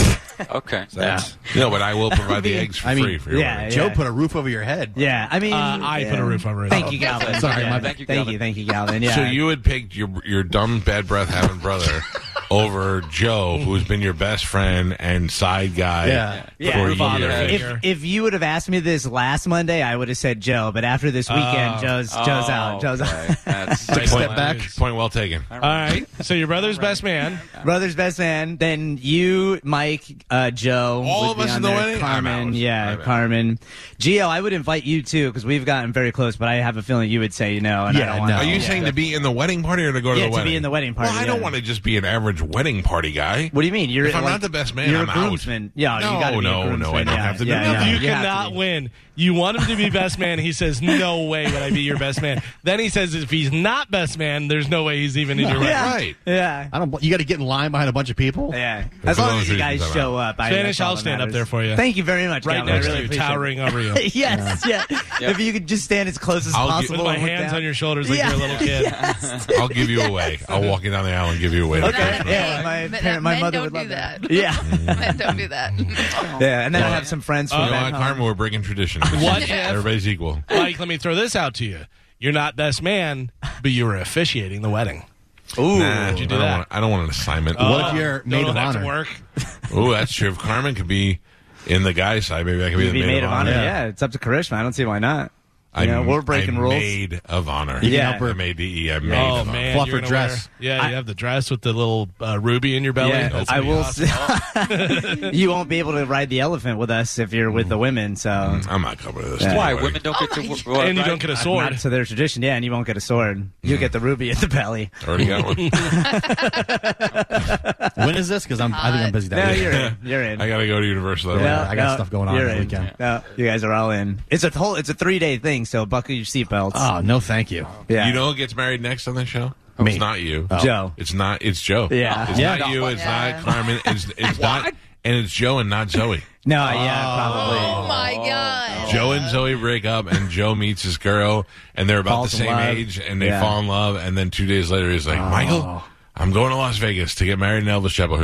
Okay. No, but I will provide the eggs for I mean, free for your yeah, wedding. Joe yeah. put a roof over your head. Yeah, I mean, Uh, I yeah. put a roof over it. Thank you, Galvin. Sorry, Yeah, my bad. Thank you, thank you, Galvin. Yeah. So you would pick your your dumb bad breath having brother over Joe, who's been your best friend and side guy Yeah. for Yeah. years. Father if figure. if you would have asked me this last Monday, I would have said Joe. But after this weekend, Oh. Oh. Joe's Joe's out. Joe's okay. That's Take a step back. Point well taken. All right. So your brother's best man. out. Brother's best man. Then you, Mike, uh, Joe. All would of be us on in the there. wedding? I'm Carmen, out. yeah, I'm out. Carmen, Gio. I would invite you too because we've gotten very close. But I have a feeling you would say no, and I Yeah, don't want. no. Are you yeah. saying to be in the wedding party or to go to Yeah, the to wedding? be in the wedding party, Well, I yeah. don't want to just be an average college wedding party guy. What do you mean? You're if I'm like- not the best man, you're a I'm groomsman. out. Yeah, you no, gotta be a no, no. I groomsman. don't Yeah, have to. yeah, do that. yeah. you have to cannot win. You want him to be best man. He says, "No way would I be your best man." Then he says, "If he's not best man, there's no way he's even in your Yeah. right." Right. Yeah. I don't. bl- You got to get in line behind a bunch of people. Yeah. As As long long as as you you guys can show up, I, Finish, that's all I'll that stand up matters. there for you. Thank you very much. Right Calvin. next I really to you, appreciate it. towering over you. yes, yeah. Yeah. If you could just stand as close as I'll give- possible With my look hands down. on your shoulders like you're a little kid. Yes. I'll give you away. I'll walk you down the aisle and give you away. Okay. Yeah, Hey, my, but parent, my men mother don't would do love that. that. Yeah. Men don't do that. Yeah, and then I have some friends from You know back what, home. Karma? Oh, We're breaking tradition. What if- Everybody's equal. Mike, let me throw this out to you. You're not best man, but you were officiating the wedding. Ooh. Nah, you do I, don't that? want, I don't want an assignment. What if you're don't maid know of that's honor? work. Oh, that's true. If Carmen could be in the guy's side, maybe I could be the Be maid, of honor. Yeah. it's up to Karishma. I don't see why not. You know, I'm- we're breaking I'm rules. Maid of honor. You can yeah. help her. I'm ADE. I'm maid Oh of man, honor. Fluffer you're gonna dress. wear- yeah, you have the dress with the little uh, ruby in your belly. Yeah, That's I gonna be will. awesome. s- you won't be able to ride the elephant with us if you're with the women. So Mm. I'm not covering this. Yeah. Don't Why worry. women don't Oh, get to? Well, and you right? don't get a not sword. to their tradition. Yeah, and you won't get a sword. You'll get the ruby at the belly. Already got one. When is this? Because I'm. I think I'm busy that No, weekend. you're in. You're in. I gotta go to Universal. No, I got no, stuff going on you're that in. weekend. No, you guys are all in. It's a whole. It's a three day thing. So buckle your seatbelts. Oh no, thank you. yeah. Oh. You know who gets married next on this show? Me. It's not you, Joe. It's not. It's Joe. Yeah. It's Yeah. not you. It's Yeah. not Carmen. It's it's not. And it's Joe and not Zoe. No. Yeah. Probably. Oh my god. Joe and Zoe break up, and Joe meets his girl, and they're about Falls the in same love. age, and they Yeah. Oh. fall in love, and then two days later, he's like, "Michael, I'm going to Las Vegas to get married in Elvis Chapel,"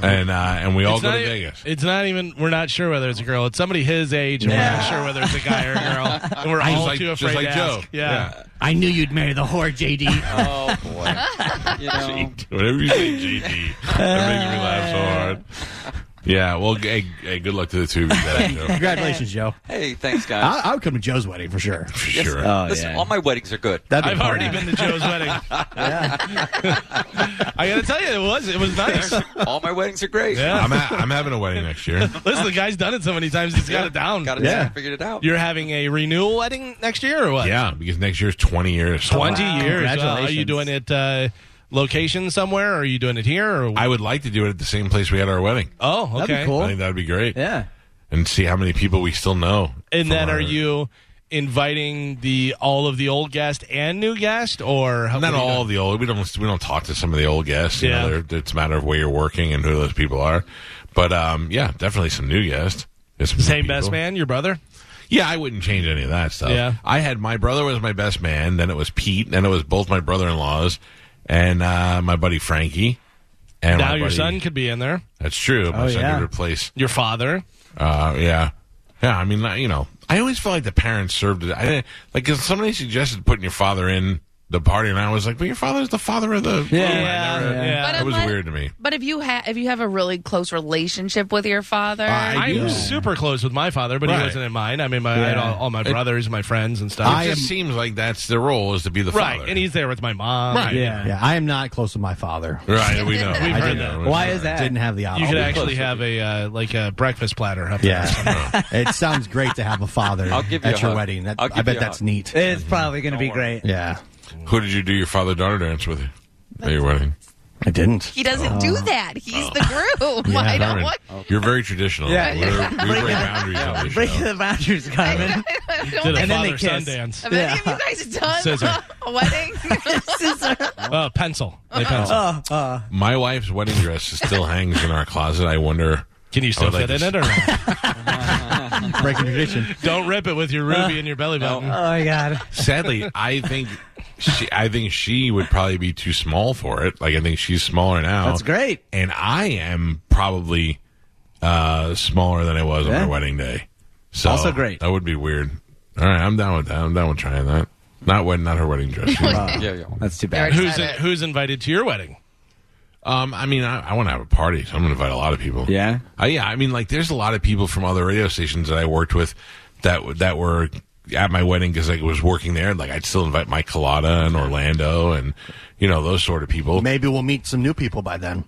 and uh, and we all It's go to not e- Vegas. It's not even. We're not sure whether it's a girl. It's somebody his age, and we're not sure whether it's a guy or a girl. And we're Just all like- too just afraid like to Joe. ask. Yeah. I knew you'd marry the whore, JD. Oh boy. You know, Whatever you say, GD, that makes me laugh so hard. Yeah, well, g- hey, hey, good luck to the two of you. guys, Joe. Congratulations, Joe. hey, thanks guys. I, I would come to Joe's wedding for sure. For sure. Oh Listen, yeah. all my weddings are good. That'd be I've fun. already been to Joe's wedding. I gotta tell you, it was it was nice. All my weddings are great. Yeah. I'm, ha- I'm having a wedding next year. Listen, the guy's done it so many times, he's got it down. Got it. Yeah. Figured it out. You're having a renewal wedding next year, or what? Yeah, because next year's 20 years. 20 years. Wow, are you Congratulations. doing it uh, location somewhere? Or are you doing it here? Or I would like to do it at the same place we had our wedding. oh, okay. That'd be cool. I think that'd be great. Yeah. And see how many people we still know. from And then our- are you inviting the all of the old guest and new guest, or how, Not what are you all doing? the old. We don't. We don't talk to some of the old guests. You Yeah. know, they're- it's a matter of where you're working and who those people are. But um, yeah, definitely some new guests. There's some new Same best people. man, your brother. Yeah, I wouldn't change any of that stuff. Yeah. I had my brother was my best man. Then it was Pete. Then it was both my brother-in-laws and uh, my buddy Frankie. And now my your buddy- son could be in there. That's true. My Oh, son yeah. could replace. Your father. Uh, yeah, yeah. I mean, I- you know, I always felt like the parents served it. I didn't like 'cause somebody suggested putting your father in the party, and I was like, "But your father's the father of the Yeah. I never- Yeah, yeah. But That was unless- weird to me. But if you have if you have a really close relationship with your father, Uh, I I'm do. super close with my father, but Right. he wasn't in mine. I mean, my, I had Yeah. all, all my brothers, my friends, and stuff. it just seems like that's the role is to be the right, father. and he's there with my mom. Right. Yeah. Yeah, I am not close with my father. right. We know. We've I heard didn't- that. Why is that? Didn't have the option. You could actually have a uh, like a breakfast platter up there. Yeah, it sounds great to have a father I'll give you at a your hug. wedding. That, I'll I give bet you a that's hug. neat. It's probably going to be Don't worry. great. Yeah, Who did you do your father daughter dance with at your wedding? Oh. I didn't. he doesn't do that. He's the groom. I don't Carmen, want. You're very traditional. Yeah. We're, we break boundaries on this Break show. the boundaries, Carmen. I don't Did a think- And then they father son kiss. dance. Have any of you guys done Scissor. a wedding? Uh, pencil. They pencil. oh, oh. My wife's wedding dress still hangs in our closet. I wonder. Can you still I would fit like in to it or not? Breaking tradition. Don't rip it with your ruby and your belly button. oh my god. Sadly, I think she, I think she would probably be too small for it. Like I think she's smaller now. That's great. And I am probably uh, smaller than I was on Yeah. her wedding day. So Also great. That would be weird. All right, I'm down with that. I'm down with trying that. Not wedding, not her wedding dress. you know. yeah, yeah. That's too You're bad. already Who's said it. who's invited to your wedding? um, I mean, I, I want to have a party, so I'm going to invite a lot of people. Yeah. Uh, yeah, I mean, like, there's a lot of people from other radio stations that I worked with that w- that were at my wedding because I was working there. Like, I'd still invite Mike Colada and Orlando and you know those sort of people. Maybe we'll meet some new people by then.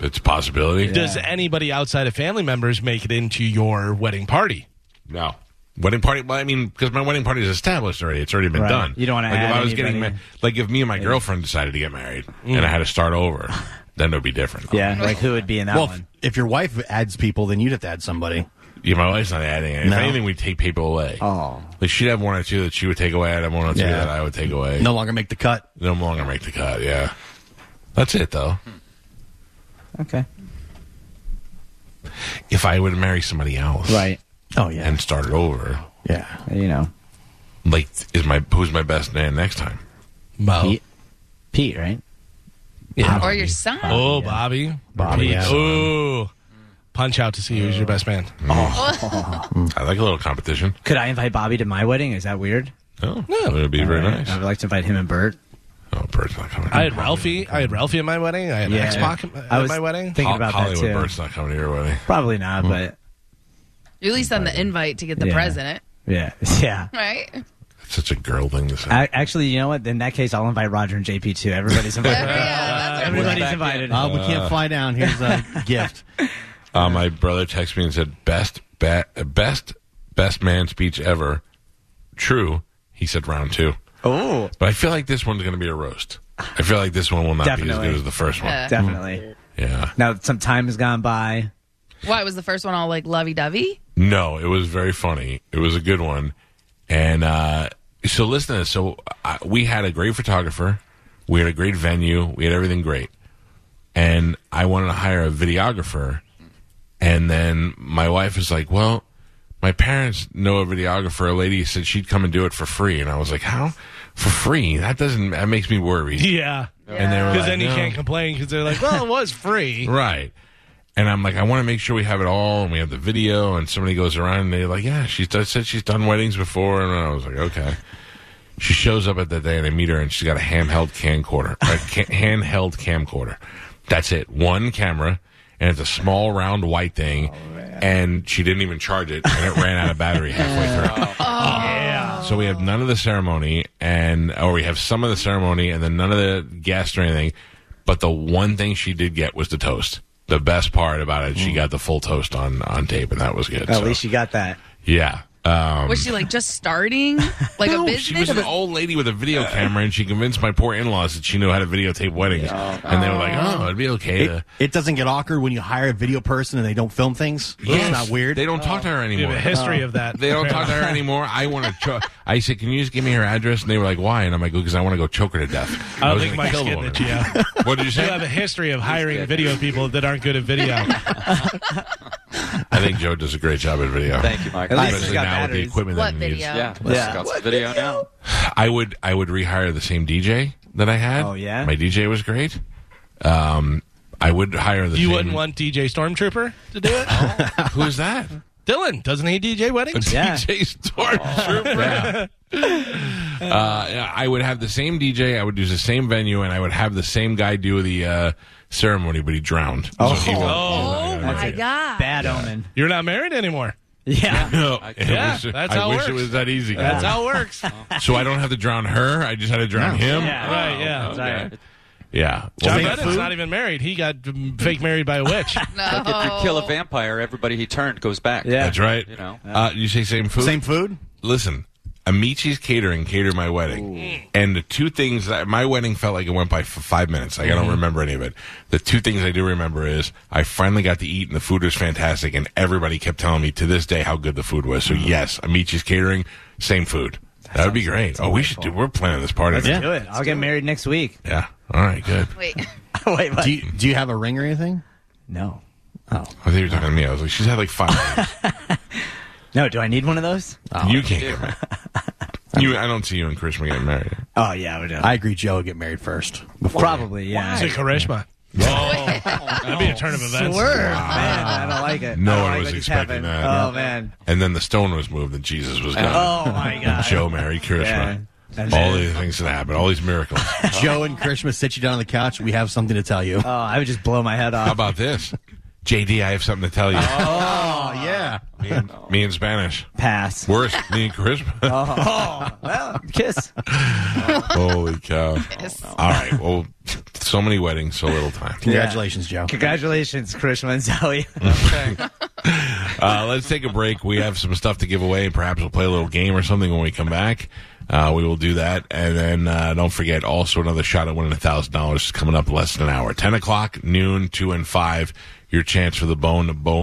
It's a possibility. Does anybody outside of family members make it into your wedding party? No. Wedding party. Well, I mean, because my wedding party is established already. It's already been Right. done. You don't wanna like if add I was getting anybody. Mm. ma- like if me and my girlfriend decided to get married and I had to start over, Then it would be different. Yeah, like who would be in that well, one? if your wife adds people, then you'd have to add somebody. Yeah, my wife's not adding it. No. If anything, we take people away. Oh. Like, she'd have one or two that she would take away. I'd have one or two Yeah. that I would take away. No longer make the cut. No longer make the cut, yeah. That's it, though. Okay. If I would marry somebody else. Right. Oh, yeah. And start it over. Yeah. You know. Like, is my who's my best man next time? Mo. Pete, Pete right? Or your son. Oh, Bobby. Bobby, Pete. yeah. Ooh. Punch out to see who's your best man. I like a little competition. Could I invite Bobby to my wedding? Is that weird? Oh, It would be very All right. nice. I would like to invite him and Bert. Oh, Bert's not coming. I had Ralphie. I had Ralphie at my wedding. I had Yeah. X Pac at I was my wedding. thinking Ho- about that Hollywood too. Bert's not coming to your wedding. Probably Hmm. not, but At least on the invite to get the Yeah. president, yeah, yeah. right? It's such a girl thing to say. I, actually, you know what? In that case, I'll invite Roger and JP too. Everybody's invited. Everybody's invited. Uh, we can't fly down. Here's a gift. Uh, my brother texted me and said, "Best, ba- best, best man speech ever." True, he said round two. Oh, But I feel like this one's going to be a roast. I feel like this one will not be as Definitely. good as the first one. Mm-hmm. Yeah. definitely. Yeah. Now that some time has gone by. Why was the first one all like lovey dovey? No, it was very funny. It was a good one. And uh, so, listen to this. So, I, we had a great photographer. We had a great venue. We had everything great. And I wanted to hire a videographer. And then my wife was like, well, my parents know a videographer. A lady said she'd come and do it for free. And I was like, how? For free? That doesn't, that makes me worried. Yeah. And they were Because like, then you "No." can't complain because they're like, well, it was free. Right. And I'm like, I want to make sure we have it all, and we have the video. And somebody goes around, and they're like, Yeah, she's done, said she's done weddings before. And I was like, Okay. She shows up at that day, and I meet her, and she's got a handheld camcorder, a ca- handheld camcorder. That's it, one camera, and it's a small round white thing. and she didn't even charge it, and it ran out of battery halfway through. So we have none of the ceremony, and or we have some of the ceremony, and then none of the guests or anything. But the one thing she did get was the toast. The best part about it, she got the full toast on on tape, and that was good. At So, least you got that. yeah. Um, Was she like just starting like no, a she business? was an old lady with a video camera, and she convinced my poor in laws that she knew how to videotape weddings, and they were like, "Oh, it'd be okay." It, to, it doesn't get awkward when you hire a video person and they don't film things. Yes. It's not weird. They don't talk to her We anymore. have a history of that. They don't talk to her anymore. I want to. Cho- I said, "Can you just give me her address?" And they were like, "Why?" And I'm like, "Because I want to go choke her to death." I don't was think gonna Mike's kill the getting woman. it, yeah. What did you You say? have a history of hiring video people that aren't good at video. I think Joe does a great job at video. Thank you, Mike. At least Especially he's got now with the batteries. equipment what that he needs. video? Yeah, Yeah. yeah. got some video now. I would I would rehire the same DJ that I had. Oh, yeah? my DJ was great. Um, I would hire the. You same- wouldn't want DJ Stormtrooper to do it? Who's that? Dylan, doesn't he DJ weddings? Yeah. DJ Stormtrooper. Uh, yeah, I would have the same DJ. I would do the same venue, and I would have the same guy do the uh, ceremony, but he drowned. Oh, so he won't- Oh my god! Bad omen. You're not married anymore. Yeah. No, it Yeah, was- that's I how it wish it works. was that easy. That's guys. how it works. so I don't have to drown her. I just had to drown him. Yeah. Right, yeah. Okay. Yeah. John Well, Bennett's not even married. He got mm, fake married by a witch. Like if you kill a vampire, everybody he turned goes back. Yeah. that's right. You know. uh, you say same food. Same food? Listen, Amici's catering catered my wedding, and the two things that my wedding felt like it went by for five minutes. Like I Mm-hmm. don't remember any of it. The two things I do remember is I finally got to eat, and the food was fantastic, and everybody kept telling me to this day how good the food was. Mm-hmm. So yes, Amici's catering, same food. That, would be great. Oh, we should do. We're planning this party. Let's now. do it. I'll get married next week. Yeah. All right. Good. Wait, Wait, what? Do you, do you have a ring or anything? no. Oh. I think you were talking to me. I was like, she's had like five. No, do I need one of those? you can't get married. You, I don't see you and Krishna getting married. Oh, yeah, I would. I agree, Joe would get married first. Probably, yeah. It's a Karishma. That'd be a turn of events. Swerve, man. I don't like it. No I don't one like was what just expecting happened. that. Yeah. Oh, man. And then the stone was moved, and Jesus was gone. Oh, my God. Joe married Krishna. Yeah. And All then- these things that happened, all these miracles. How Joe and Krishma sit you down on the couch. We have something to tell you. Oh, I would just blow my head off. about this? JD, I have something to tell you. Oh, yeah. Me, and, me in Spanish. Pass. Oh, Worse, me and Krishna. Well, kiss. Holy cow. All right. Well, so many weddings, so little time. Congratulations, Joe. Congratulations, Krishna and Zoe. Uh, let's take a break. We have some stuff to give away. Perhaps we'll play a little game or something when we come back. Uh, we will do that. And then uh, don't forget also another shot at winning $1,000 is coming up less than an hour. 10 o'clock, noon, 2 and 5. Your chance for the bone to bone.